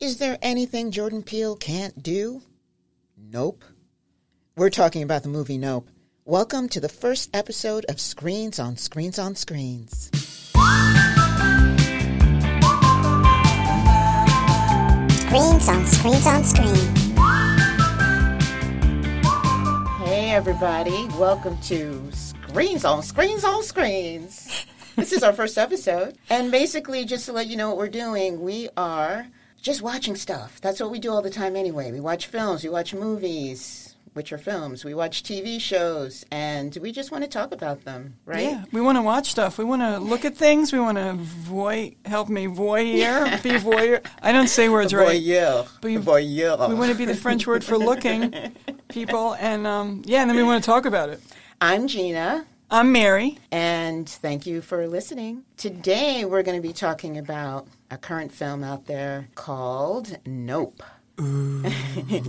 Is there anything Jordan Peele can't do? Nope. We're talking about the movie Nope. Welcome to the first episode of Screens on Screens on Screens. Screens on screens on screens. Hey, everybody. Welcome to Screens on Screens on Screens. this is our first episode. And basically, just to let you know what we're doing, we are just watching stuff. That's what we do all the time anyway. We watch films, we watch movies, which are films, we watch TV shows, and we just want to talk about them, right? Yeah, we want to watch stuff. We want to look at things. We want to voy. Help me voyeur. Be voyeur. I don't say words right. Voyeur. But you- Voyeur. We want to be the French word for looking people, and um, yeah, and then we want to talk about it. I'm Gina. I'm Mary. And thank you for listening. Today, we're going to be talking about a current film out there called Nope.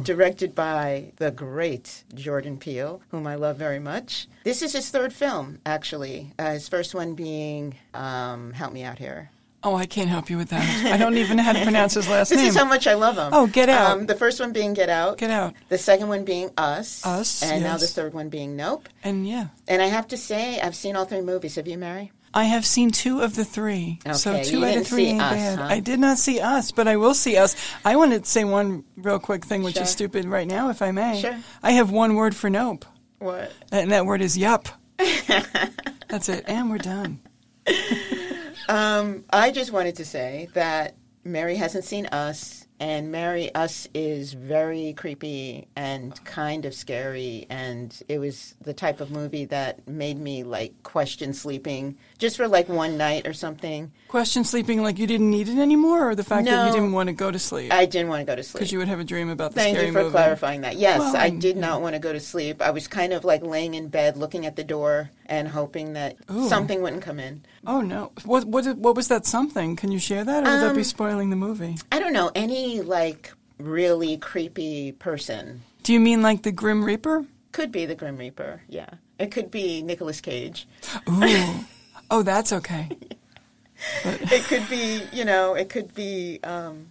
Directed by the great Jordan Peele, whom I love very much. This is his third film, actually. Uh, his first one being, um, help me out here. Oh, I can't help you with that. I don't even know how to pronounce his last This name. is how much I love him. Oh, Get Out. Um, the first one being Get Out. Get Out. The second one being Us. Us, And now yes. the third one being Nope. and yeah, And I have to say, I've seen all three movies. Have you, Mary? I have seen two of the three. so Okay, two you out didn't of three see ain't Us, bad. huh? I did not see us, but I will see us. I want to say one real quick thing, which Sure. is stupid right now, if I may. Sure. I have one word for nope. What? And that word is yup. That's it. And we're done. I just wanted to say that Mary hasn't seen Us, and Mary Us is very creepy and kind of scary, and it was the type of movie that made me like question sleeping just for like one night or something. Question sleeping like you didn't need it anymore, or the fact that No. you didn't want to go to sleep I didn't want to go to sleep. because you would have a dream about the Thank scary you for movie. clarifying that. Yes, Well, I and- did not want to go to sleep. I was kind of like laying in bed, looking at the door, and hoping that Ooh. something wouldn't come in. Oh no! What what what was that something? Can you share that, or Um, would that be spoiling the movie? I don't know any like really creepy person Do you mean like the Grim Reaper? Could be the Grim Reaper, yeah. It could be Nicolas Cage. Ooh. oh, that's okay. It could be, you know, it could be, um,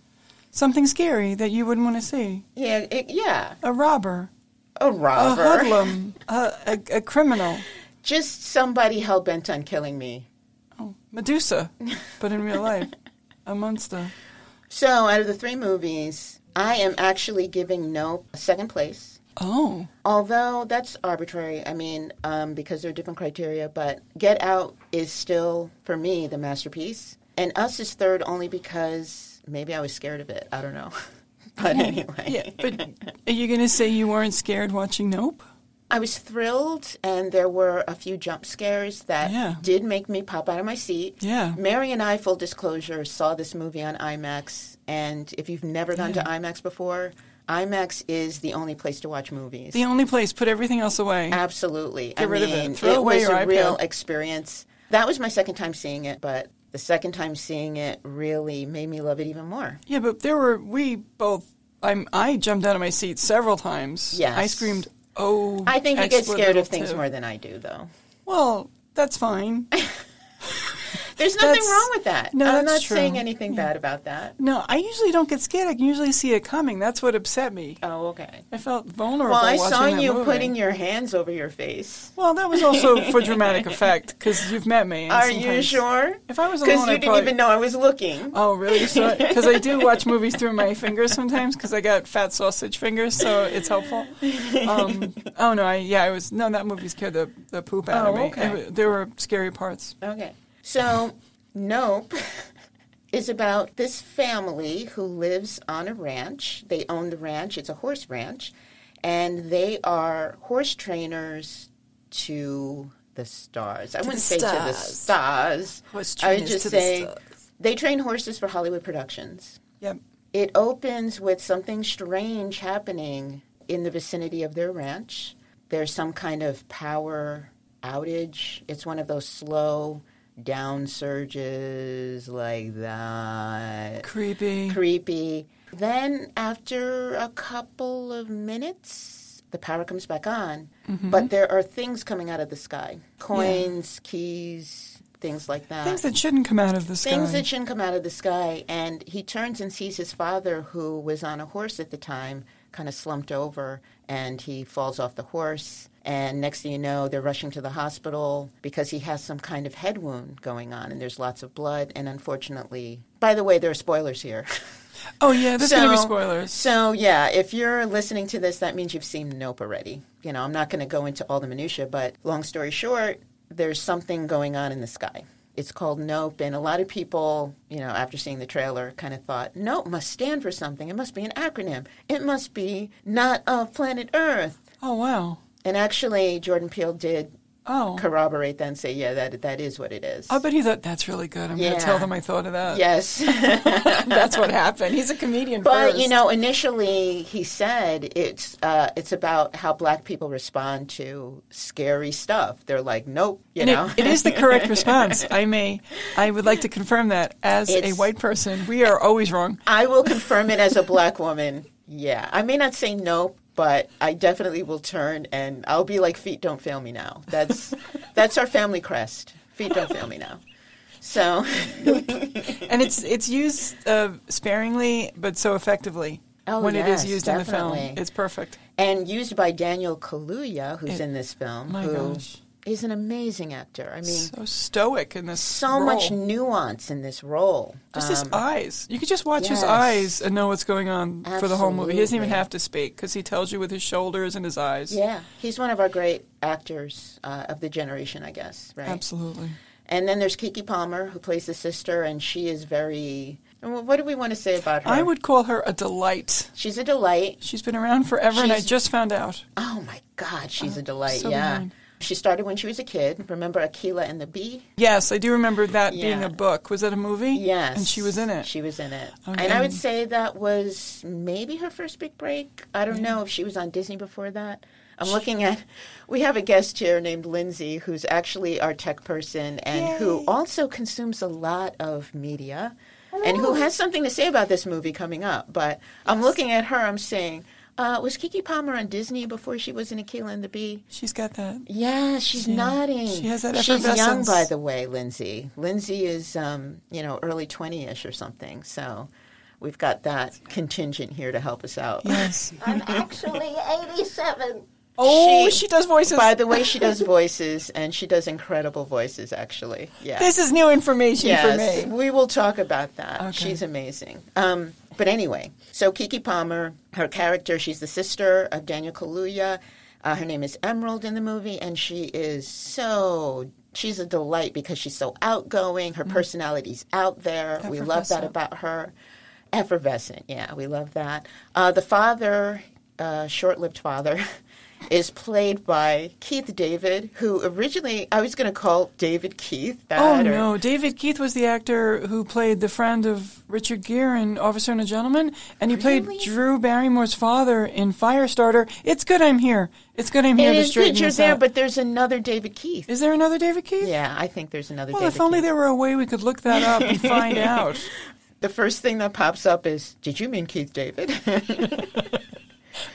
Something scary that you wouldn't want to see. yeah, it, yeah, A robber, a a robber. hoodlum, a, a, a criminal. Just somebody hell bent on killing me. Oh, Medusa, but in real life, a monster. So, out of the three movies, I am actually giving Nope second place. Oh, Although that's arbitrary, I mean, um, because there are different criteria, but Get Out is still, for me, the masterpiece. And Us is third only because maybe I was scared of it. I don't know. but anyway. yeah. But are you going to say you weren't scared watching Nope? I was thrilled, and there were a few jump scares that Yeah. did make me pop out of my seat. Yeah. Mary and I, full disclosure, saw this movie on IMAX, and if you've never gone to IMAX before, IMAX is the only place to watch movies. The only place. Put everything else away. Absolutely. I Get rid of it. mean, Throw away was your a real iPad. experience. That was my second time seeing it, but the second time seeing it really made me love it even more. Yeah, but there were we both. I'm. I jumped out of my seat several times. Yes. I screamed. Oh. I think you get scared of expletive things too." more than I do, though. Well, that's fine. There's nothing That's- wrong with that. no, I'm that's not saying true. anything bad about that. No, I usually don't get scared. I can usually see it coming. That's what upset me. Oh, okay. I felt vulnerable. Well, I watching saw that you movie. putting your hands over your face. Well, that was also for dramatic effect because you've met me. and Are you sometimes- sure? If I was alone, Because you I'd didn't probably- even know I was looking. Oh, really? Because I do watch movies through my fingers sometimes because I got fat sausage fingers, so it's helpful. Um, oh no, I yeah, I was no that movie scared the, the poop out Oh, of me. okay. It wa- there were scary parts. Okay. So, Nope is about this family who lives on a ranch. They own the ranch, it's a horse ranch, and they are horse trainers to the stars. I wouldn't say to the stars. stars. Horse I would trainers just to the say stars. they train horses for Hollywood productions. Yep. It opens with something strange happening in the vicinity of their ranch. There's some kind of power outage. It's one of those slow down surges like that. Creepy. Creepy. Then, after a couple of minutes, the power comes back on. But there are things coming out of the sky coins, keys, things like that. Things that shouldn't come out of the sky. Things that shouldn't come out of the sky. And he turns and sees his father, who was on a horse at the time, kind of slumped over, and he falls off the horse. And next thing you know, they're rushing to the hospital because he has some kind of head wound going on, and there's lots of blood. And unfortunately, by the way, there are spoilers here. oh yeah, there's gonna be spoilers. So yeah, if you're listening to this, that means you've seen Nope already. You know, I'm not going to go into all the minutia, but long story short, there's something going on in the sky. It's called Nope, and a lot of people, you know, after seeing the trailer, kind of thought Nope must stand for something. It must be an acronym. It must be not of planet Earth. Oh wow. And actually, Jordan Peele did Oh. corroborate that and say, yeah, that that is what it is. I bet he thought that's really good. I'm Yeah. gonna tell them I thought of that. yes. that's what happened. He's a comedian But first. you know, initially he said it's uh, it's about how black people respond to scary stuff. They're like, nope, you And it- know. it is the correct response. I may, I would like to confirm that as a It's- white person, we are always wrong. I will confirm it as a black woman. Yeah, I may not say nope, but I definitely will turn and I'll be like, feet don't fail me now. That's that's our family crest. Feet don't fail me now. So And it's it's used uh, sparingly, but so effectively Oh, when it is yes, used in the film. definitely. It's perfect. and used by Daniel Kaluuya, who's in this film, my who is gosh. an amazing actor. I mean, So stoic in this. so much role. nuance in this role. Um, Just his eyes. You could just watch his yes. eyes and know what's going on for the whole movie. He doesn't even Absolutely. have to speak because he tells you with his shoulders and his eyes. Yeah, he's one of our great actors uh, of the generation, I guess. Right. Absolutely. And then there's Kiki Palmer, who plays the sister, and she is very. wh- What do we want to say about her? I would call her a delight. She's a delight. She's been around forever, and I She's- just found out. Oh my God, she's a delight. so yeah. behind. She started when she was a kid. Remember Aquila and the Bee? Yes, I do remember that being Yeah. a book. Was that a movie? Yes. And she was in it. She was in it. Okay. And I would say that was maybe her first big break. I don't know if she was on Disney before that. I'm looking at, we have a guest here named Lindsay, who's actually our tech person and who also consumes a lot of media and who has something to say about this movie coming up. But I'm looking at her, I'm saying, uh, was Kiki Palmer on Disney before she was in Aquila and the Bee? She's got that. Yeah, she's nodding. she has that She's young, effervescence. by the way, Lindsay. Lindsay is, um, you know, early 20-ish or something. So we've got that contingent here to help us out. Yes. I'm actually 87. Oh, she, She- does voices. By the way, she does voices, and she does incredible voices, actually. Yeah. this is new information yes, for me. we will talk about that. Okay. She's amazing. Um, but anyway, so Kiki Palmer, her character, she's the sister of Daniel Kaluuya. Uh, her name is Emerald in the movie, and she is so she's a delight because she's so outgoing. Her personality's out there. We love that Mm-hmm. Effervescent. about her. Effervescent, yeah, we love that. Uh, the father, uh, short-lived father. Is played by Keith David, who originally I was going to call David Keith. That Oh or- no, David Keith was the actor who played the friend of Richard Gere in Officer and a Gentleman, and he played Drew Barrymore's father in Firestarter. It's good I'm here. It's good I'm here It to is straighten good you're this there, out. but there's another David Keith. is there another David Keith? yeah, I think there's another Well, David if only Keith. there were a way we could look that up and find out. The first thing that pops up is, did you mean Keith David?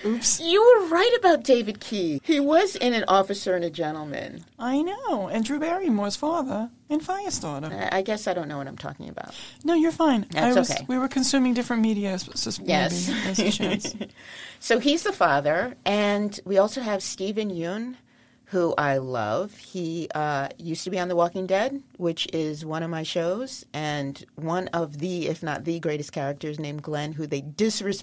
Oops. you were right about David Keith. He was in An Officer and a Gentleman. I know. And Drew Barrymore's father in Firestarter. I I guess I don't know what I'm talking about. No, you're fine. I Uh, That's was, okay. We were consuming different media. s- s- maybe Yes. there's a chance. So he's the father, and we also have Stephen Yoon, who I love. He uh, used to be on The Walking Dead, which is one of my shows, and one of the, if not the greatest characters named Glenn, who they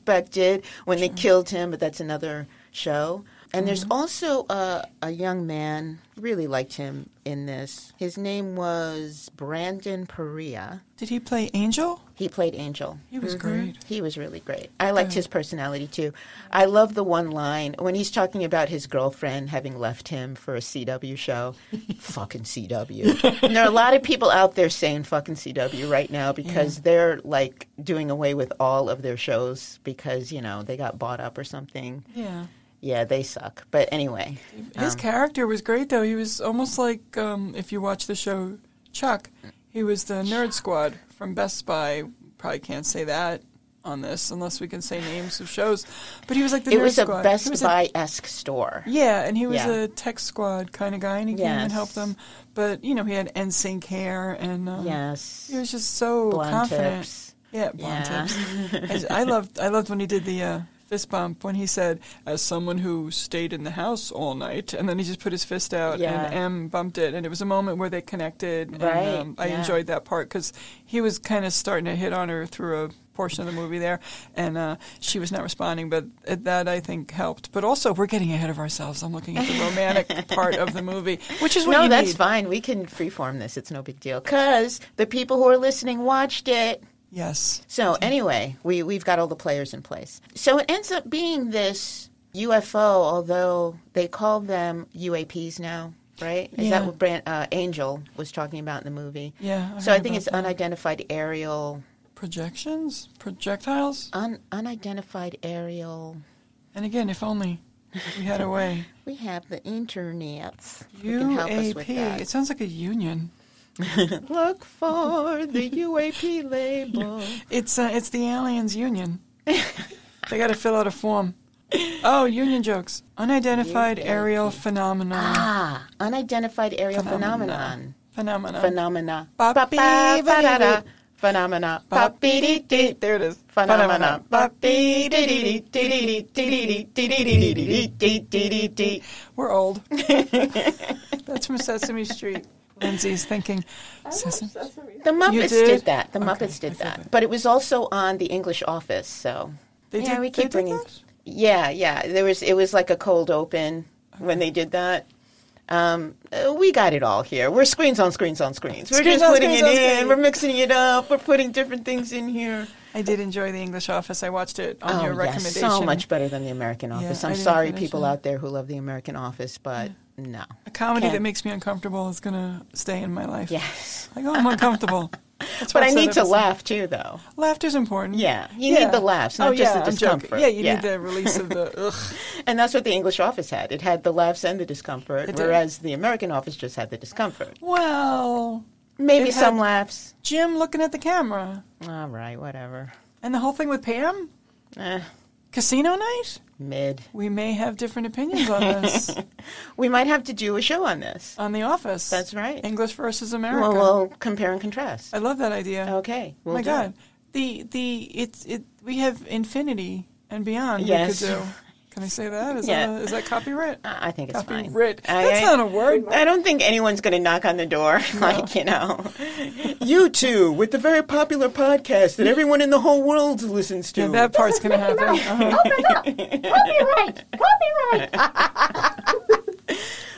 disrespected when they killed him, but that's another show. And there's Mm-hmm. also a, a young man, really liked him in this. His name was Brandon Perea. Did he play Angel? He played Angel. He was great. Mm. He was really great. I liked his personality too. I love the one line when he's talking about his girlfriend having left him for a CW show. fucking CW. and there are a lot of people out there saying fucking CW right now because they're like doing away with all of their shows because, you know, they got bought up or something. Yeah. Yeah, they suck. But anyway. Um, His character was great, though. He was almost like, um, if you watch the show Chuck, he was the nerd squad from Best Buy. Probably can't say that. on this, unless we can say names of shows. But he was like the It nerd was a squad. He Best was a- Buy esque store. yeah, and he was Yeah. a tech squad kind of guy, and he came and Yes. helped them. But you know, he had NSYNC hair, and um, Yes. he was just so Blonde confident. tips. Yeah, blonde Yeah. tips. I, I loved. I loved when he did the uh, fist bump when he said, "As someone who stayed in the house all night," and then he just put his fist out, Yeah. and M bumped it, and it was a moment where they connected. Right, And, um, I yeah. enjoyed that part because he was kind of starting to hit on her through a portion of the movie there, and uh, she was not responding. But uh, that I think helped. But also, we're getting ahead of ourselves. I'm looking at the romantic part of the movie, which is what No, you that's need. fine. We can freeform this. It's no big deal. Because the people who are listening watched it. Yes. So anyway, we, we've got all the players in place. So it ends up being this UFO, although they call them UAPs now, right? Is Yeah. that what Brand, uh, Angel was talking about in the movie? Yeah, I so I heard think about it's that. unidentified aerial, Projections, projectiles. un, unidentified aerial. And again, if only we had a way. We have the internet. who can help us with UAP. that. It sounds like a union. Look for the UAP label. It's uh, it's the aliens union. they got to fill out a form. Oh, union jokes. Unidentified aerial phenomenon. Ah, unidentified aerial phenomenon. Phenomena. Phenomena. Phenomena. Ba- Ba- ba- bee- ba- da- da. bee- Phenomena. Ba- Ba- bee- dee- dee. There it is. Phenomena. Ba- Ba- bee- dee- dee- dee- dee- dee- dee- dee- dee- dee- dee- dee- dee- dee- dee- dee. We're old. That's from Sesame Street. Lindsay's thinking. Sesame. The Muppets did? did? that. The Muppets did that. But it was also on The English Office, so They yeah, did- we they keep did bringing. that? Yeah, yeah. There was it was like a cold open when they did that. Um, uh, we got it all here. We're screens on screens on screens. We're Screens just on putting screens it on in. screens. We're mixing it up. We're putting different things in here. I did enjoy The English Office. I watched it on your oh, yes, recommendation. so much better than the American Office. I I'm didn't sorry, finish people it. out there who love the American Office, but no. A comedy Can't. that makes me uncomfortable is going to stay in my life. Yes, Like, oh, I'm uncomfortable. That's but why I I'm so need to devastated. laugh too, though. Laughter's important. Yeah, you need the laughs, not oh, just yeah, the I'm joking. discomfort. Yeah, you Yeah. need the release of the ugh. And that's what the English office had. It had the laughs and the discomfort, It did. whereas the American office just had the discomfort. Well, Maybe It had- some laughs. Jim looking at the camera, All right, whatever. and the whole thing with Pam, Eh, casino night. mid. We may have different opinions on this We might have to do a show on this. on The Office. That's right. English versus America. Well, we'll compare and contrast. I love that idea. Okay. We'll My do God, it. the the it's it. We have infinity and beyond. Yes. We could do. Can I say that? Is Yeah. Uh, that is that copyright? I I think it's fine. Copyright. I- That's I- not a word. I don't think anyone's going to knock on the door, like you know. you two with the very popular podcast that everyone in the whole world listens to. Yeah, that part's gonna happen. Uh-huh. Open up! Copyright! Copyright!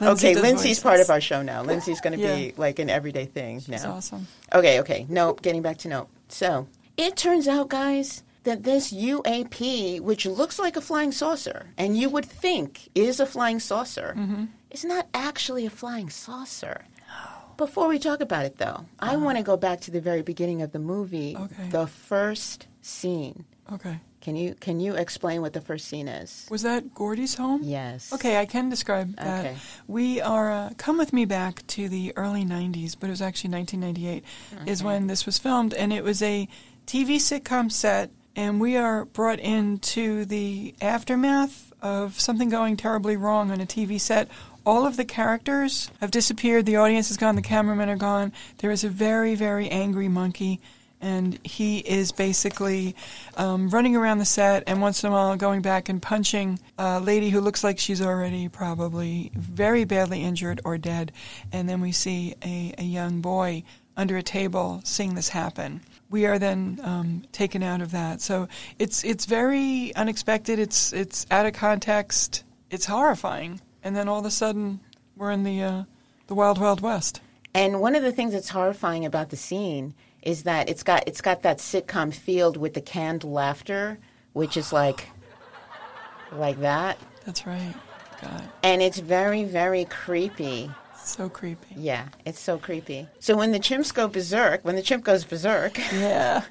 Lindsay okay, does Lindsay's voices. part of our show now. Lindsay's going to Yeah. be like an everyday thing now. It's awesome. Okay, okay. Nope, getting back to nope. So it turns out, guys, that this UAP, which looks like a flying saucer, and you would think is a flying saucer, Mm-hmm. is not actually a flying saucer. Before we talk about it, though, I want to go back to the very beginning of the movie, Uh-huh. Okay. the first scene. Okay. Can you can you explain what the first scene is? Was that Gordy's home? Yes. Okay, I can describe that. Okay. We are, uh, come with me back to the early 90s, but it was actually 1998 is when this was filmed, and it was a TV sitcom set, and we are brought into the aftermath of something going terribly wrong on a TV set. All of the characters have disappeared, the audience is gone, the cameramen are gone. There is a very, very angry monkey and he is basically um, running around the set and once in a while going back and punching a lady who looks like she's already probably very badly injured or dead. And then we see a, a young boy under a table seeing this happen. We are then um, taken out of that. So it's it's very unexpected. It's it's out of context. It's horrifying. And then all of a sudden, we're in the uh, the wild wild west. And one of the things that's horrifying about the scene is that it's got it's got that sitcom field with the canned laughter, which is like like that. That's right. God, And it's very, very creepy. so creepy. Yeah, it's so creepy. So when the chimps go berserk, when the chimp goes berserk, Yeah.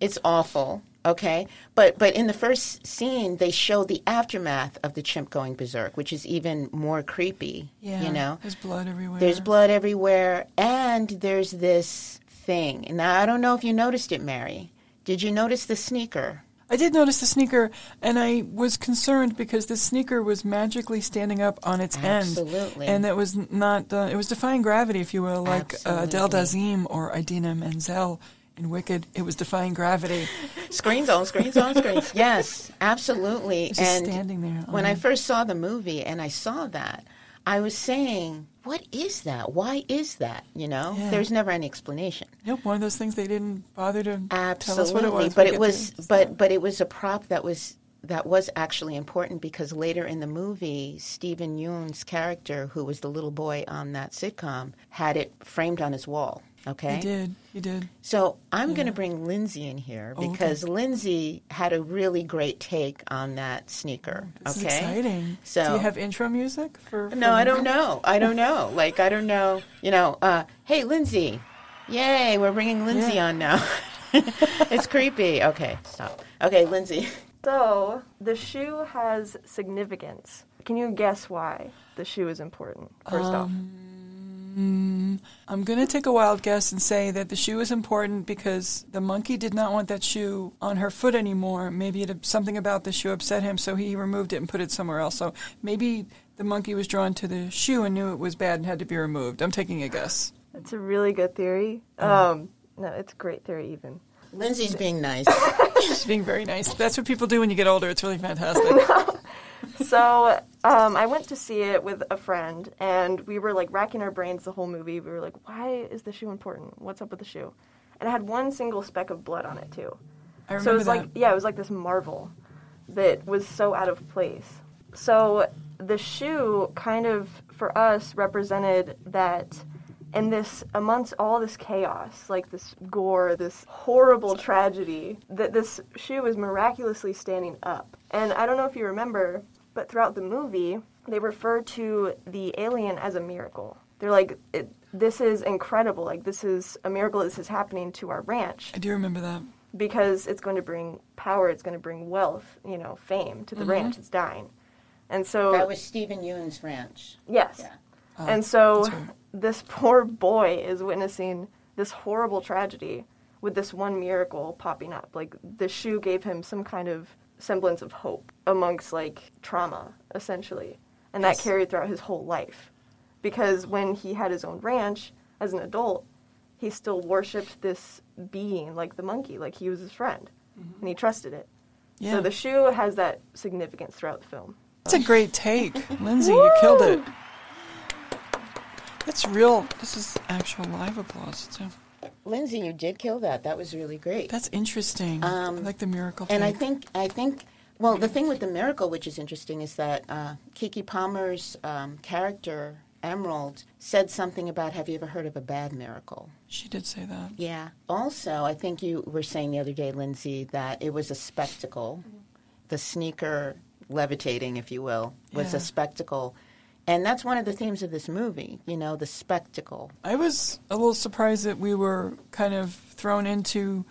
it's awful. Okay, but but in the first scene, they show the aftermath of the chimp going berserk, which is even more creepy. Yeah. you know, There's blood everywhere. There's blood everywhere, and there's this thing. Now, I don't know if you noticed it, Mary. Did you notice the sneaker I did notice the sneaker, and I was concerned because the sneaker was magically standing up on its Absolutely. end, and that was not uh, it was defying gravity, if you will, like uh, Adele Dazim or Idina Menzel in Wicked. It was defying gravity. Screens on screens on screens. Yes, absolutely. Just and standing there uh-huh. When on I it. first saw the movie and I saw that, I was saying, "What is that? Why is that?" You know, Yeah. there's never any explanation. Nope, one of those things they didn't bother to tell us Absolutely, what it was. but We it get was, to- but but it was a prop that was that was actually important because later in the movie, Stephen Yoon's character, who was the little boy on that sitcom, had it framed on his wall. Okay, he did, he did. so I'm going to bring Lindsay in here Oh, because Lindsay had a really great take on that sneaker. This okay, is exciting. So Do you have intro music for? no, I don't know. I don't know. Like I don't know. You know. Uh, hey, Lindsay. Yay, we're bringing Lindsay Yeah. on now. it's creepy. Okay, stop. Okay, Lindsay. So, the shoe has significance. Can you guess why the shoe is important, first off? I'm going to take a wild guess and say that the shoe is important because the monkey did not want that shoe on her foot anymore. Maybe it, something about the shoe upset him, so he removed it and put it somewhere else. So maybe the monkey was drawn to the shoe and knew it was bad and had to be removed. I'm taking a guess. That's a really good theory. Um, no, it's a great theory, even. Lindsay's being nice. She's being very nice. That's what people do when you get older. It's really fantastic. So, um, I went to see it with a friend, and we were like racking our brains the whole movie. We were like, why is the shoe important? What's up with the shoe? And it had one single speck of blood on it, too. I remember So it was that. like yeah, it was like this marvel that was so out of place. So the shoe kind of for us represented that in this amongst all this chaos, like this gore, this horrible tragedy, that this shoe was miraculously standing up. And I don't know if you remember, but throughout the movie, they refer to the alien as a miracle. They're like, it, this is incredible. Like, this is a miracle. This is happening to our ranch I do remember that. because it's going to bring power, it's going to bring wealth, you know, fame to the ranch. It's dying, and so that was Stephen Yoon's ranch. yes, yeah. and so Oh, that's right. this poor boy is witnessing this horrible tragedy with this one miracle popping up. Like the shoe gave him some kind of semblance of hope amongst like trauma, essentially, and that carried throughout his whole life, because when he had his own ranch as an adult, he still worshipped this being like the monkey, like he was his friend, and he trusted it. Mm-hmm. Yeah. So the shoe has that significance throughout the film. That's a great take, Lindsay. you killed it. That's real. This is actual live applause too. Lindsay, you did kill that. That was really great. That's interesting. I like the miracle. Um, and I take. think I think well, the thing with the miracle, which is interesting, is that uh, Kiki Palmer's um, character Emerald said something about, "Have you ever heard of a bad miracle?" she did say that. Yeah. Also, I think you were saying the other day, Lindsay, that it was a spectacle. The sneaker levitating, if you will, was Yeah. a spectacle. And that's one of the themes of this movie, you know, the spectacle. I was a little surprised that we were kind of thrown into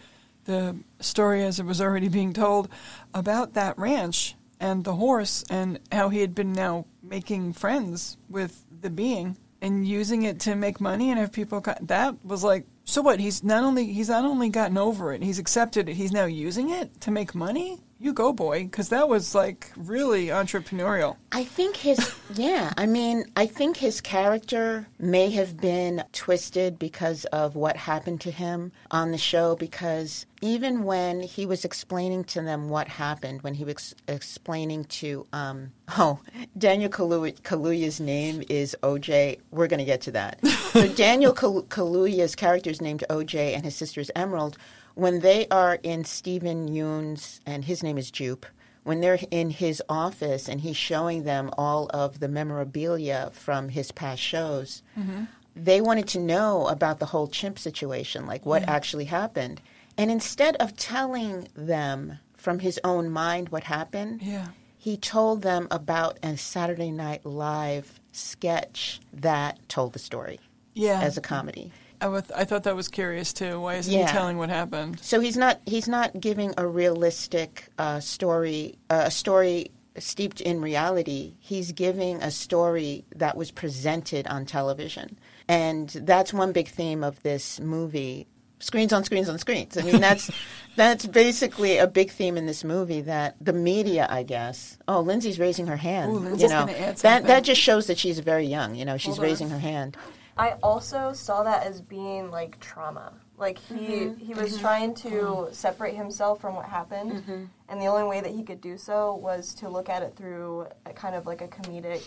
the story as it was already being told about that ranch and the horse and how he had been now making friends with the being and using it to make money and have people co- that was like so what he's not only he's not only gotten over it he's accepted it he's now using it to make money you go boy because that was like really entrepreneurial I think his, yeah, I mean, I think his character may have been twisted because of what happened to him on the show. Because even when he was explaining to them what happened, when he was explaining to, um, oh, Daniel Kalu- Kaluuya's name is OJ. We're going to get to that. so Daniel Kal- Kaluuya's character is named OJ, and his sister's Emerald. When they are in Stephen Yoon's, and his name is Jupe when they're in his office and he's showing them all of the memorabilia from his past shows, Mm-hmm. they wanted to know about the whole chimp situation, like what Mm-hmm. actually happened. And instead of telling them from his own mind what happened, Yeah. he told them about a Saturday Night Live sketch that told the story yeah as a comedy. I, was, I thought that was curious too why isn't Yeah. he telling what happened So he's not he's not giving a realistic uh, story uh, a story steeped in reality. He's giving a story that was presented on television, and that's one big theme of this movie. screens on screens on screens. I mean, that's that's basically a big theme in this movie that the media, I guess. Oh, Lindsay's raising her hand. Ooh, Lindsay's you know, gonna add that something. that just shows that she's very young. You know, she's Hold on. raising her hand. I also saw that as being like trauma. Like he Mm-hmm. he was trying to separate himself from what happened, Mm-hmm. and the only way that he could do so was to look at it through a kind of like a comedic,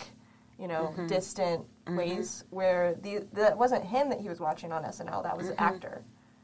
you know, Mm-hmm. distant ways where the that wasn't him that he was watching on SNL. That was Mm-hmm. an actor.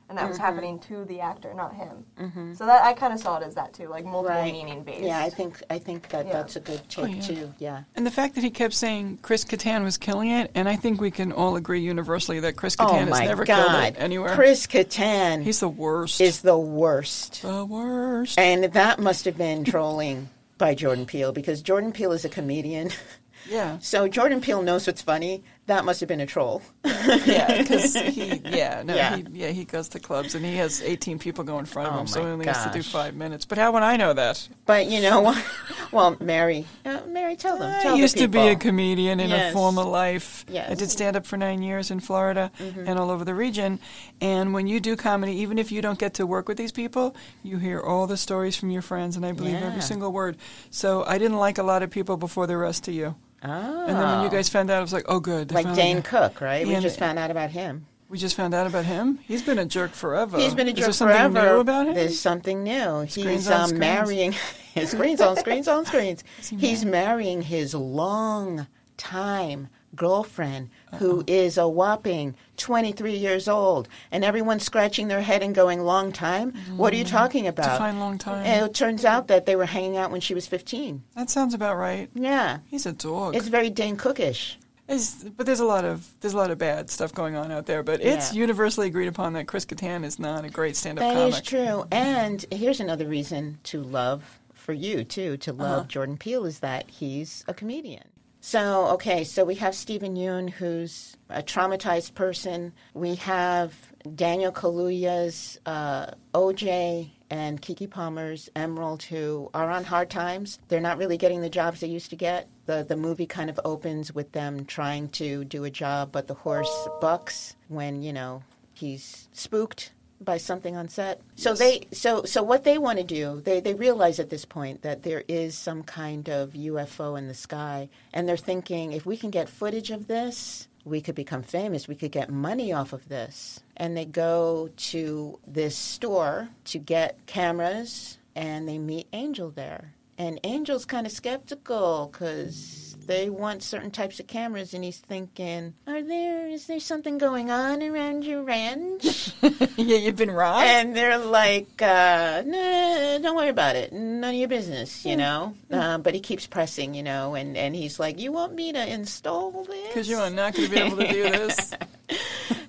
And that was happening to the actor, not him. So that I kind of saw it as that too, like multiple meaning based. Mm-hmm. Yeah, I think I think that Yeah. that's a good take Oh, yeah. too. Yeah. And the fact that he kept saying Chris Kattan was killing it, and I think we can all agree universally that Chris oh Kattan has my never killed God! it anywhere. Chris Kattan He's the worst. is Eh. the worst. the worst. And that must have been trolling by Jordan Peele because Jordan Peele is a comedian. Yeah. So Jordan Peele knows what's funny. That must have been a troll. Yeah, because he, yeah, no, Yeah. He, yeah, he goes to clubs and he has 18 people go in front of Oh him, so my he only has to do gosh. five minutes. But how would I know that? But you know, what? well, Mary, uh, Mary, tell them. I tell the used to be a people. comedian in Yes. a former life. I Yes. Mm-hmm. did stand up for nine years in Florida and all over the region. And when you do comedy, even if you don't get to work with these people, you hear all the stories from your friends, and I believe Yeah. every single word. So I didn't like a lot of people before the rest of you. Oh. And then when you guys found out, I was like, oh, good. they like finally- Dane Cook, right? Yeah, we just and- found out about him. We just found out about him. He's been a jerk forever. He's been a Is there jerk something forever. new about him? There's something new. Screens He's on um, screens. marrying his screens on screens on screens. He's marrying his long time girlfriend who is a whopping 23 years old and everyone's scratching their head and going long time what are you talking about Mm. Define long time. and it turns out that they were hanging out when she was 15 that sounds about right. yeah He's a dog. It's very Dane Cookish. It's, but there's a lot of there's a lot of bad stuff going on out there. But it's Yeah. universally agreed upon that Chris Kattan is not a great stand-up That comic. is true. And here's another reason to love for you too to love Jordan Peele is that he's a comedian. So okay, so we have Stephen Yoon, who's a traumatized person. We have Daniel Kaluuya's uh, OJ and Kiki Palmer's Emerald, who are on hard times. They're not really getting the jobs they used to get. The, the movie kind of opens with them trying to do a job, but the horse bucks when, you know, he's spooked by something on set. So they so so what they want to do, they they realize at this point that there is some kind of UFO in the sky and they're thinking if we can get footage of this, we could become famous, we could get money off of this. And they go to this store to get cameras and they meet Angel there. And Angel's kind of skeptical because they want certain types of cameras, and he's thinking, "Are there? Is there something going on around your ranch?" yeah, you've been robbed. and they're like, uh, "No, don't worry about it. None of your business," Hmm. you know. Um, but he keeps pressing, you know, and and he's like, "You want me to install this?" Because you are not going to be able to do this.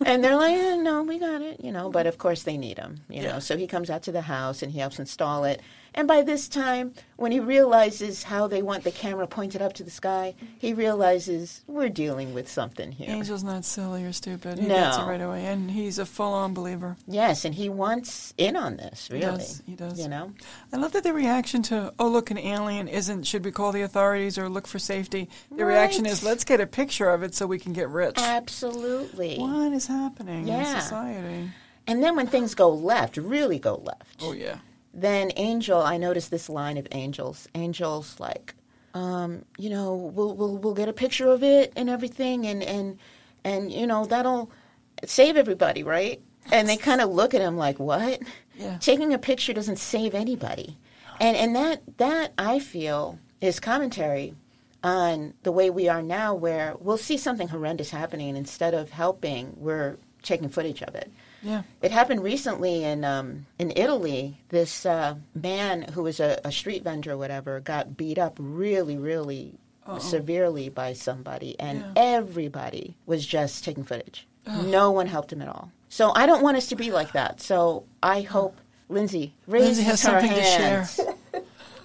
and they're like, "Eh, no, we got it, you know. But of course, they need him, you Yeah. know. So he comes out to the house and he helps install it. And by this time, when he realizes how they want the camera pointed up to the sky, he realizes we're dealing with something here. Angel's not silly or stupid. He No. gets it right away, and he's a full-on believer. Yes, and he wants in on this, really. does, he does. You know? I love that the reaction to "Oh, look, an alien!" isn't "Should we call the authorities or look for safety?" The reaction Right. is "Let's get a picture of it so we can get rich." Absolutely. what is happening in Yeah. society? And then when things go left, really go left, Oh yeah. then Angel, I noticed this line of Angel's. Angel's like, um, you know, we'll, we'll we'll get a picture of it and everything, and and and you know that'll save everybody, right? And they kind of look at him like, what? Yeah. Taking a picture doesn't save anybody, and and that that I feel is commentary on the way we are now, where we'll see something horrendous happening, and instead of helping, we're taking footage of it. Yeah. It happened recently in um, in Italy. This uh, man who was a, a street vendor, or whatever, got beat up really, really severely by somebody, and Yeah. everybody was just taking footage. No one helped him at all. So I don't want us to be like that. So I hope Lindsay raises Lindsay has her something to share. hands.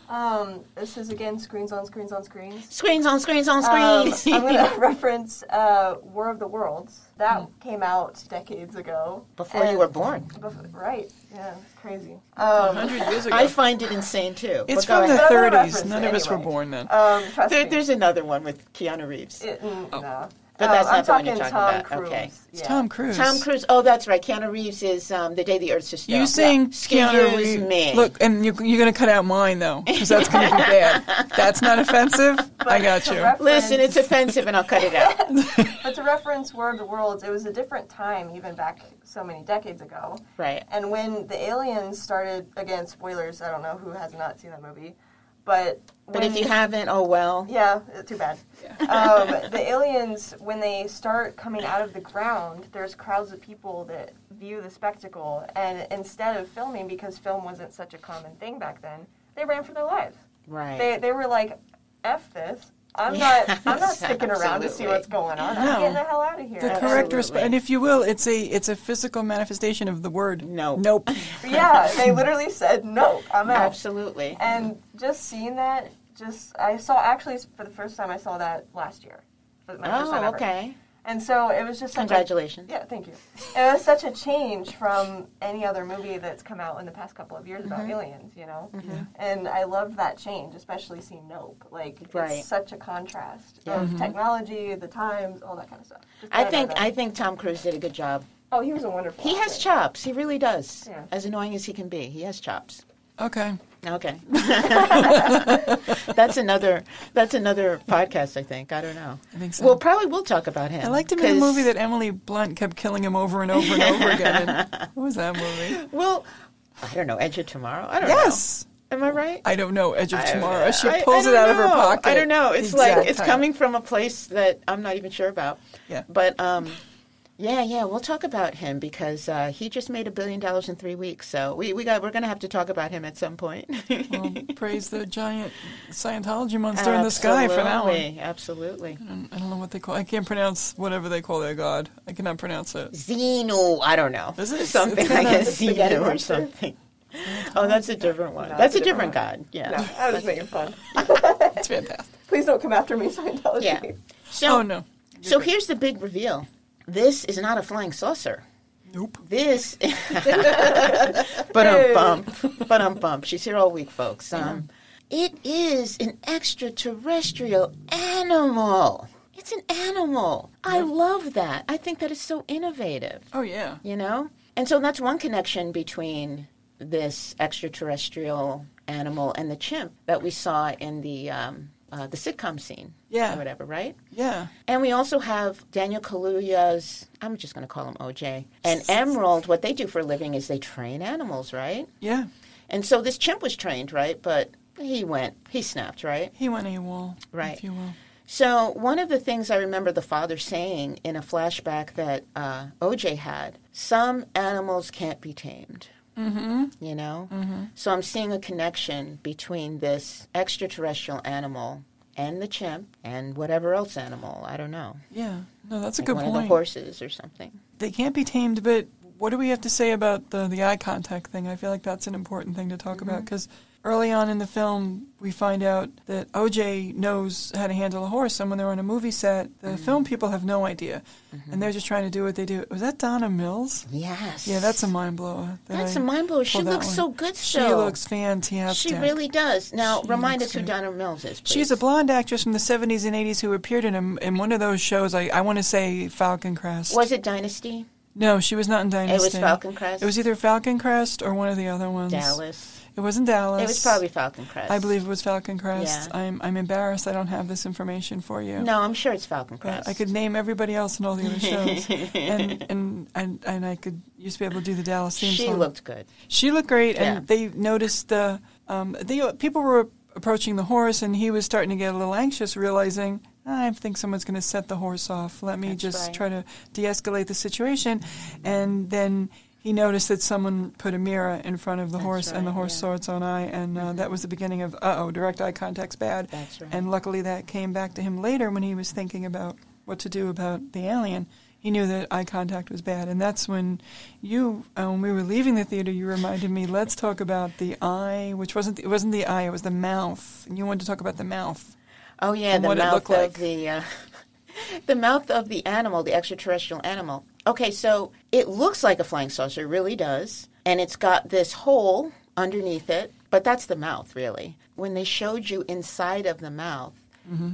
Um, this is again screens on screens on screens. Screens on screens on Um, screens. I'm going to reference uh, War of the Worlds. That Mm. came out decades ago. Before you And- were born, Bef- right. Yeah, it's crazy. Um, Hundred years ago. I find it insane too. it's but go from the ahead. But I'm gonna 30s. reference None it of us were anyway. born then. um, trust There, me. there's another one with Keanu Reeves. It- mm, Oh, no. But that's I'm not the one you're talking talking Tom about. Cruise. Okay. It's yeah. Tom Cruise. Tom Cruise. Oh, that's right. Keanu Reeves is um, the day the Earth Stood Still. You saying Excuse Keanu Reeves? me. Look, and you, you're going to cut out mine though, because that's going to be bad. That's not offensive. I got to you. reference- listen, it's offensive, and I'll cut it out. But to reference War of the Worlds, it was a different time even back so many decades ago. Right. And when the aliens started, again, spoilers, I don't know who has not seen that movie, but. But when- if you haven't, oh well. Yeah, uh, too bad. Um, the aliens, when they start coming out of the ground, there's crowds of people that view the spectacle, and instead of filming, because film wasn't such a common thing back then, they ran for their lives. Right. They, they were like, "F this! I'm Yeah, not I'm not sticking around to see absolutely. what's going on. No. I'm getting the hell out of here." The correct Absolutely. resp and if you will, it's a it's a physical manifestation of the word. Nope. Nope. yeah, they literally said, "No, I'm out." Absolutely. And just seeing that, just I saw actually for the first time I saw that last year. For my first time Oh, ever. okay. And so it was just such a- Congratulations. Yeah, thank you. It was such a change from any other movie that's come out in the past couple of years about Mm-hmm. aliens, you know? And I loved that change, especially seeing Nope. Like, Right. Mm-hmm. it's such a contrast of technology, the times, all that kind of stuff. Just I that think of it. I think Tom Cruise did a good job. Oh, he was a wonderful He has actor. chops. He really does. Yeah. As annoying as he can be, he has chops. Okay. Okay. that's another that's another podcast, I think. I don't know. I think so. Well probably we'll talk about him. I liked him in 'cause- the movie that Emily Blunt kept killing him over and over and over again. And what was that movie? Well I don't know, Edge of Tomorrow. I don't Yes. know. Am I right? I don't know. Edge of I don't Tomorrow. know. She I- pulls I it don't out of her know. pocket. I don't know. It's The like exact it's title. coming from a place that I'm not even sure about. Yeah. But um, yeah, yeah, we'll talk about him because uh, he just made a billion dollars in three weeks. So we, we got we're gonna have to talk about him at some point. Well, praise the giant Scientology monster in the sky for that one. Absolutely, Absolutely. I don't know what they call. I can't pronounce whatever they call their god. I cannot pronounce it. Xeno, I don't know. Is it- something it's like not a a spaghetti Xeno or monster? something? Oh, that's a different one. No, that's a it's a different different god. Yeah. No, I was making fun. It's fantastic. Please don't come after me, Scientology. Yeah. So, Oh no. so here's the big reveal. This is not a flying saucer. Nope. This, but um bump, but um bump. She's here all week, folks. Um, it is an extraterrestrial animal. It's an animal. I love that. I think that is so innovative. Oh yeah. You know, and so that's one connection between this extraterrestrial animal and the chimp that we saw in the um, uh, the sitcom scene. Yeah. or whatever. Right. Yeah. And we also have Daniel Kaluuya's, I'm just going to call him OJ, and Emerald. What they do for a living is they train animals, right? Yeah. And so this chimp was trained, right? But he went, he snapped, right? He went AWOL, Right. if you will. So one of the things I remember the father saying in a flashback that uh, OJ had some animals can't be tamed. Mm-hmm. You know? Mm-hmm. So I'm seeing a connection between this extraterrestrial animal and the chimp and whatever else animal. I don't know. Yeah. No, that's a like good one of the point. horses or something. they can't be tamed, but what do we have to say about the, the eye contact thing? I feel like that's an important thing to talk Mm-hmm. about because early on in the film, we find out that OJ knows how to handle a horse, and when they're on a movie set, the Mm-hmm. film people have no idea, and they're just trying to do what they do. Was that Donna Mills? Yes. Yeah, that's a mind blower. that That's I a mind blower. She pulled that looks one. so good She still. looks fantastic. She really does. Now, She remind us looks who good. Donna Mills is. Please. She's a blonde actress from the 70s and 80s who appeared in a, in one of those shows. I, I want to say Falcon Crest. Was it Dynasty? No, she was not in It Dynasty. was Falcon Crest. It was either Falcon Crest or one of the other ones. Dallas. It wasn't Dallas. It was probably Falcon Crest. I believe it was Falcon Crest. Yeah. I'm I'm embarrassed. I don't have this information for you. No, I'm sure it's Falcon But Crest. I could name everybody else in all the other shows, and, and and and I could used to be able to do the Dallas theme She song. looked good. She looked great, Yeah. and they noticed the um, the people were approaching the horse, and he was starting to get a little anxious, realizing I think someone's going to set the horse off. Let me just right. try to de-escalate the situation, and then he noticed that someone put a mirror in front of the horse, and the right, horse yeah. saw its own eye, and uh, that was the beginning of uh oh, direct eye contact's bad. That's right. And luckily, that came back to him later when he was thinking about what to do about the alien. He knew that eye contact was bad, and that's when you, uh, when we were leaving the theater, you reminded me. Let's talk about the eye, which wasn't it wasn't the eye, it was the mouth, and you wanted to talk about the mouth. Oh yeah, And the what it mouth looked of like. the uh, the mouth of the animal, the extraterrestrial animal. Okay, so it looks like a flying saucer, it really does, and it's got this hole underneath it, but that's the mouth, really. When they Mm-hmm. showed you inside of the mouth,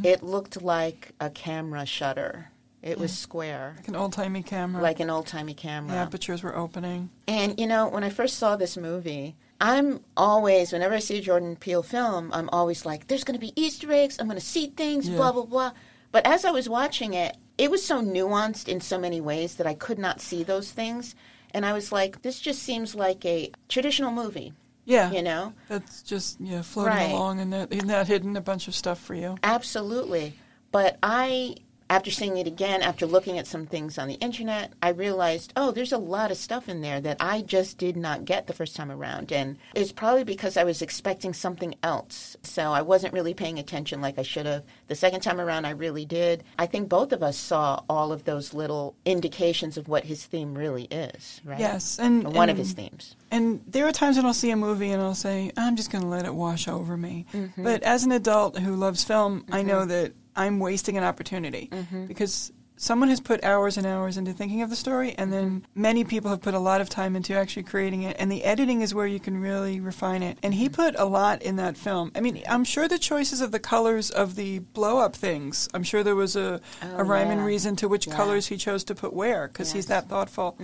it looked like a camera shutter. It was square, Like an old timey camera. like an old timey camera. the apertures were opening. And you know, when I first saw this movie, I'm always, whenever I see a Jordan Peele film, I'm always like, there's going to be Easter eggs, I'm going to see things, Yeah. blah, blah, blah. But as I was watching it, it was so nuanced in so many ways that I could not see those things. And I was like, this just seems like a traditional movie, Yeah. you know? That's just yeah, floating Right. along and that and that hidden a bunch of stuff for you. Absolutely. But I, after seeing it again, after looking at some things on the internet, I realized, oh, there's a lot of stuff in there that I just did not get the first time around. And it's probably because I was expecting something else. So I wasn't really paying attention like I should have. The second time around, I really did. I think both of us saw all of those little indications of what his theme really is, right? Yes, and- Or one of and- his themes. And there are times when I'll see a movie and I'll say, I'm just going to let it wash over me. Mm-hmm. But as an adult who loves film, I know that I'm wasting an opportunity Mm-hmm. because someone has put hours and hours into thinking of the story, and then Mm-hmm. many people have put a lot of time into actually creating it. And the editing is where you can really refine it. And Mm-hmm. he put a lot in that film. I mean, I'm sure the choices of the colors of the blow up things, I'm sure there was a, a rhyme and Oh, yeah. Mm-hmm. reason to which colors he chose to put where because he's that thoughtful.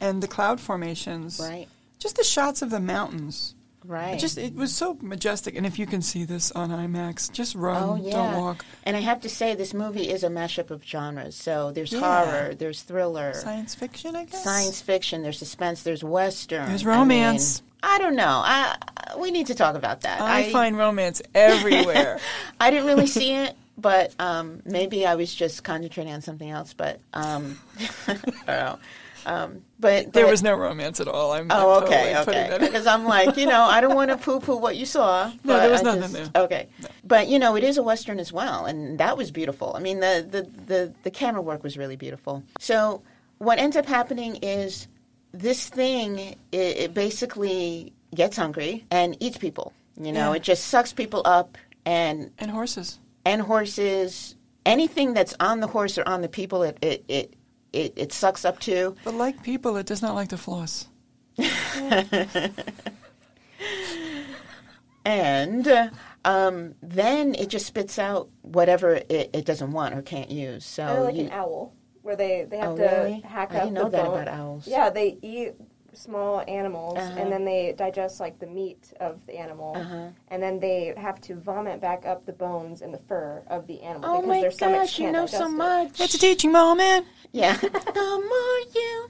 And the cloud formations Right. just the shots of the mountains. Right. It just it was so majestic, and if you can see this on IMAX, just run, Oh yeah, Um, don't walk. and I have to say, this movie is a mashup of genres. So there's Yeah. horror, there's thriller, Science fiction, I guess. science fiction, there's suspense, there's western, There's romance. I, mean, I don't know. I we need to talk about that. I, find romance everywhere. I didn't really see it, but um, maybe I was just concentrating on something else. But um, I don't know. Um, but there but- was no romance at all. I'm Oh, I'm okay, totally okay. putting that in. Because I'm like, you know, I don't want to poo-poo what you saw. No, there was I nothing just- there. Okay, but you know, it is a western as well, and that was beautiful. I mean, the the the, the camera work was really beautiful. So what ends up happening is this thing it, it basically gets hungry and eats people. You know, Yeah. it just sucks people up and And horses. and horses. Anything that's on the horse or on the people, it it it, it, it sucks up to. But like people, it does not like to floss. and uh, um, then it just spits out whatever it, it doesn't want or can't use. So Kind of like you- an owl, where they, they have Oh, to really? hack I up didn't the know that bone. about owls. Yeah, they eat small animals Uh-huh. and then they digest like the meat of the animal and then they have to vomit back up the bones and the fur of the animal oh because my their stomachs gosh, you can't know digest so it. much. It's a teaching moment. Yeah. the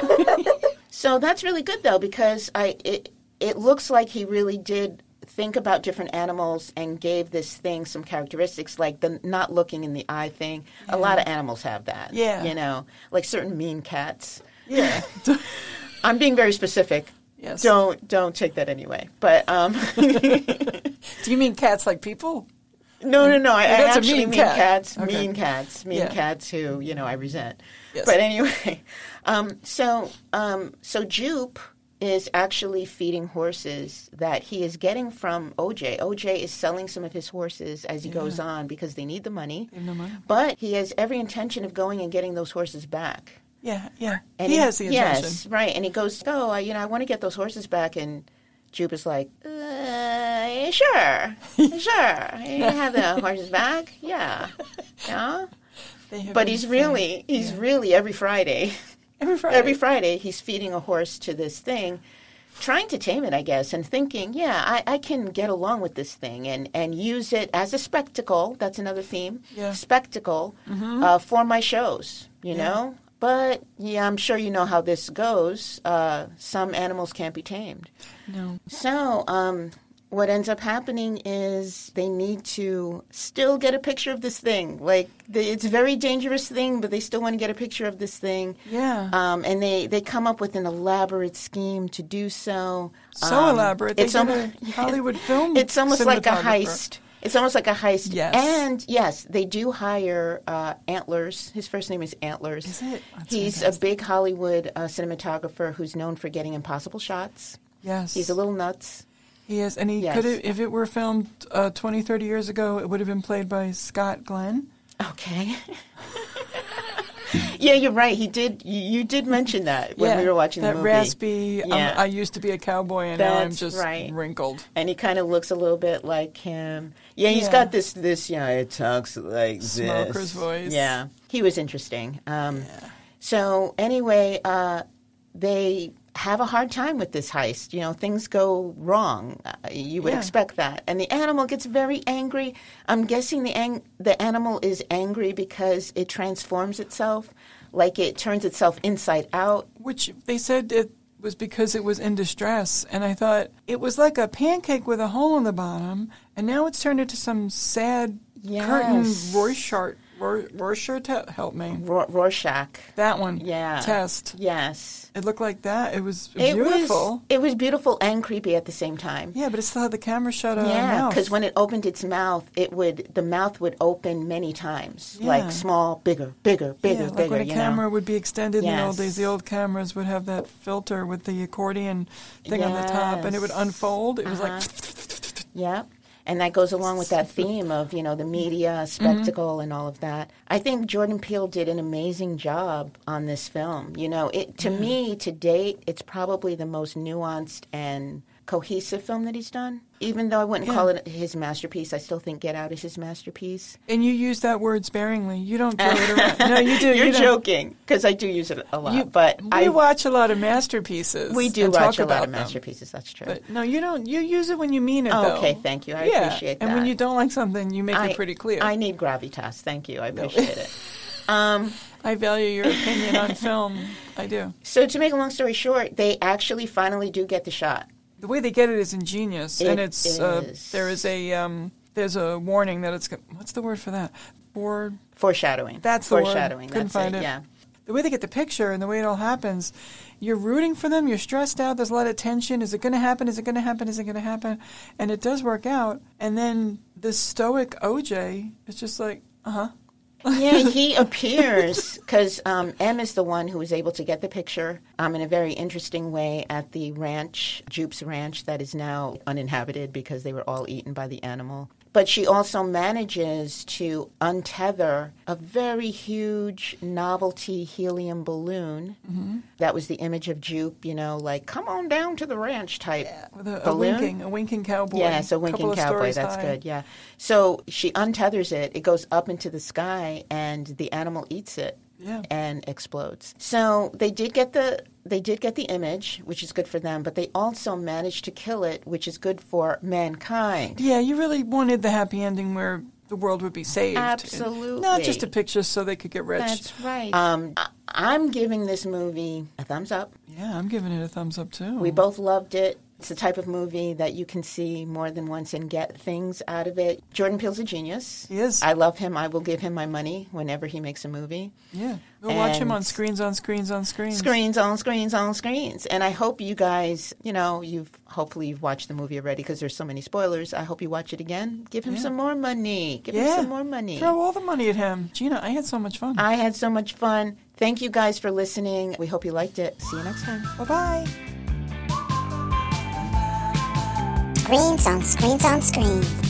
more you know. so that's really good though because I it it looks like he really did think about different animals and gave this thing some characteristics like the not looking in the eye thing. A lot of animals have that. Yeah. You know, like certain mean cats. Yeah. I'm being very specific. Yes. Don't don't take that anyway. But um Do you mean cats like people? No, no, no. I, I that's a actually mean mean, cat. cats, Okay. mean cats, mean Yeah. cats who you know I resent. Yes. But anyway, um, so um, so Jupe is actually feeding horses that he is getting from OJ. OJ is selling some of his horses as he goes on because they need the money. have no money. But he has every intention of going and getting those horses back. Yeah, yeah. And he, has the intention. Yes, right. And he goes, "Oh, I, you know, I want to get those horses back." And Jupe is like, uh, eh, "Sure, sure, you can have the horses back, yeah, yeah." They have But been he's fed really, he's really every Friday, every Friday. every Friday, he's feeding a horse to this thing, trying to tame it, I guess, and thinking, "Yeah, I, I can get along with this thing and and use it as a spectacle." That's another theme, Yeah. spectacle uh, for my shows, you know? But yeah, I'm sure you know how this goes. Uh, some animals can't be tamed. no. So, um, what ends up happening is they need to still get a picture of this thing. Like, they, it's a very dangerous thing, but they still want to get a picture of this thing. Yeah. Um, and they, they come up with an elaborate scheme to do so. So Um, elaborate. They it's did almo- a Hollywood film. It's almost like a cinematographer. heist. It's almost like a heist. Yes. And yes, they do hire uh, Antlers. His first name is Antlers. Is it? That's He's a fantastic. big Hollywood uh, cinematographer who's known for getting impossible shots. Yes. He's a little nuts. He is, and he Yes. could have, if it were filmed uh, 20, 30 years ago, it would have been played by Scott Glenn. Okay. yeah, you're right. He did. You, you did mention that when we were watching that the movie. raspy. um, Yeah. I used to be a cowboy, and now I'm That's just right. wrinkled. and he kind of looks a little bit like him. Yeah, he's Yeah. got this this yeah, it talks like Smoker's this voice. Yeah. he was interesting. Um, So anyway, uh, they have a hard time with this heist. You know, things go wrong. Uh, you would Yeah. expect that, and the animal gets very angry. I'm guessing the ang- the animal is angry because it transforms itself, like it turns itself inside out. Which they said it was because it was in distress. And I thought it was like a pancake with a hole in the bottom. And now it's turned into some sad curtain Yes. Rorschach. Ror- Rorschach, te- help me. Ro- Rorschach. That one. Yeah. Test. Yes. It looked like that. It was It beautiful. was it was beautiful and creepy at the same time. yeah, but it still had the camera shut on Yeah, mouth. because when it opened its mouth, it would the mouth would open many times, Yeah. like small, bigger, bigger, bigger, yeah, like bigger. when a you camera know? would be extended in the old Yes. days, the old cameras would have that filter with the accordion thing on the top, and it would Yes. Uh-huh. unfold. It was like, Yeah, and that goes along with that theme of you know the Mm-hmm. media spectacle and all of that. I think Jordan Peele did an amazing job on this film. You know, it to me to date, it's probably the most nuanced and cohesive film that he's done. Even though I wouldn't call it his masterpiece, I still think Get Out is his masterpiece. and you use that word sparingly. You don't throw it around. No, you do. You're you don't- joking because I do use it a lot, You, but we I watch a lot of masterpieces. We do and watch talk a lot about of them. masterpieces. That's true. But no, you don't. You use it when you mean it. Oh, though. okay, thank you. I yeah. appreciate And when that. you don't like something, you make I, it pretty clear. I need gravitas. Thank you. I appreciate it. Um, I value your opinion on film. I do. so to make a long story short, they actually finally do get the shot. The way they get it is ingenious, and It it's Uh, is. there is a um, there's a warning that it's go- what's the word for that? For Foreshadowing. that's the word. foreshadowing. Couldn't That's find it. Yeah. The way they get the picture and the way it all happens, you're rooting for them. You're stressed out. There's a lot of tension. Is it going to happen? Is it going to happen? Is it going to happen? And it does work out. And then this stoic OJ is just like, uh huh. yeah, he appears because um, M is the one who was able to get the picture um, in a very interesting way at the ranch, Jupe's ranch, that is now uninhabited because they were all eaten by the animal. But she also manages to untether a very huge novelty helium balloon. Mm-hmm. That was the image of Jupe, you know, like, come on down to the ranch type With a, a balloon. winking, a winking cowboy. Yeah, so winking couple of cowboy. stories That's high. good. Yeah. So she untethers it. It goes up into the sky, and the animal eats it. Yeah. And explodes. So they did get the they did get the image, which is good for them. But they also managed to kill it, which is good for mankind. Yeah, you really wanted the happy ending where the world would be saved. Absolutely. Not just a picture so they could get rich. That's right. Um, I, I'm giving this movie a thumbs up. yeah, I'm giving it a thumbs up too. We both loved it. It's the type of movie that you can see more than once and get things out of it. Jordan Peele's a genius. He is. I love him. I will give him my money whenever he makes a movie. yeah. Go watch him And- on screens, on screens, on screens. Screens on screens on screens. And I hope you guys, you know, you've hopefully you've watched the movie already because there's so many spoilers. I hope you watch it again. Give him Yeah. some more money. Give him Yeah. some more money. Throw all the money at him. Gina, I had so much fun. I had so much fun. Thank you guys for listening. We hope you liked it. See you next time. bye bye. Screens on screens on screens.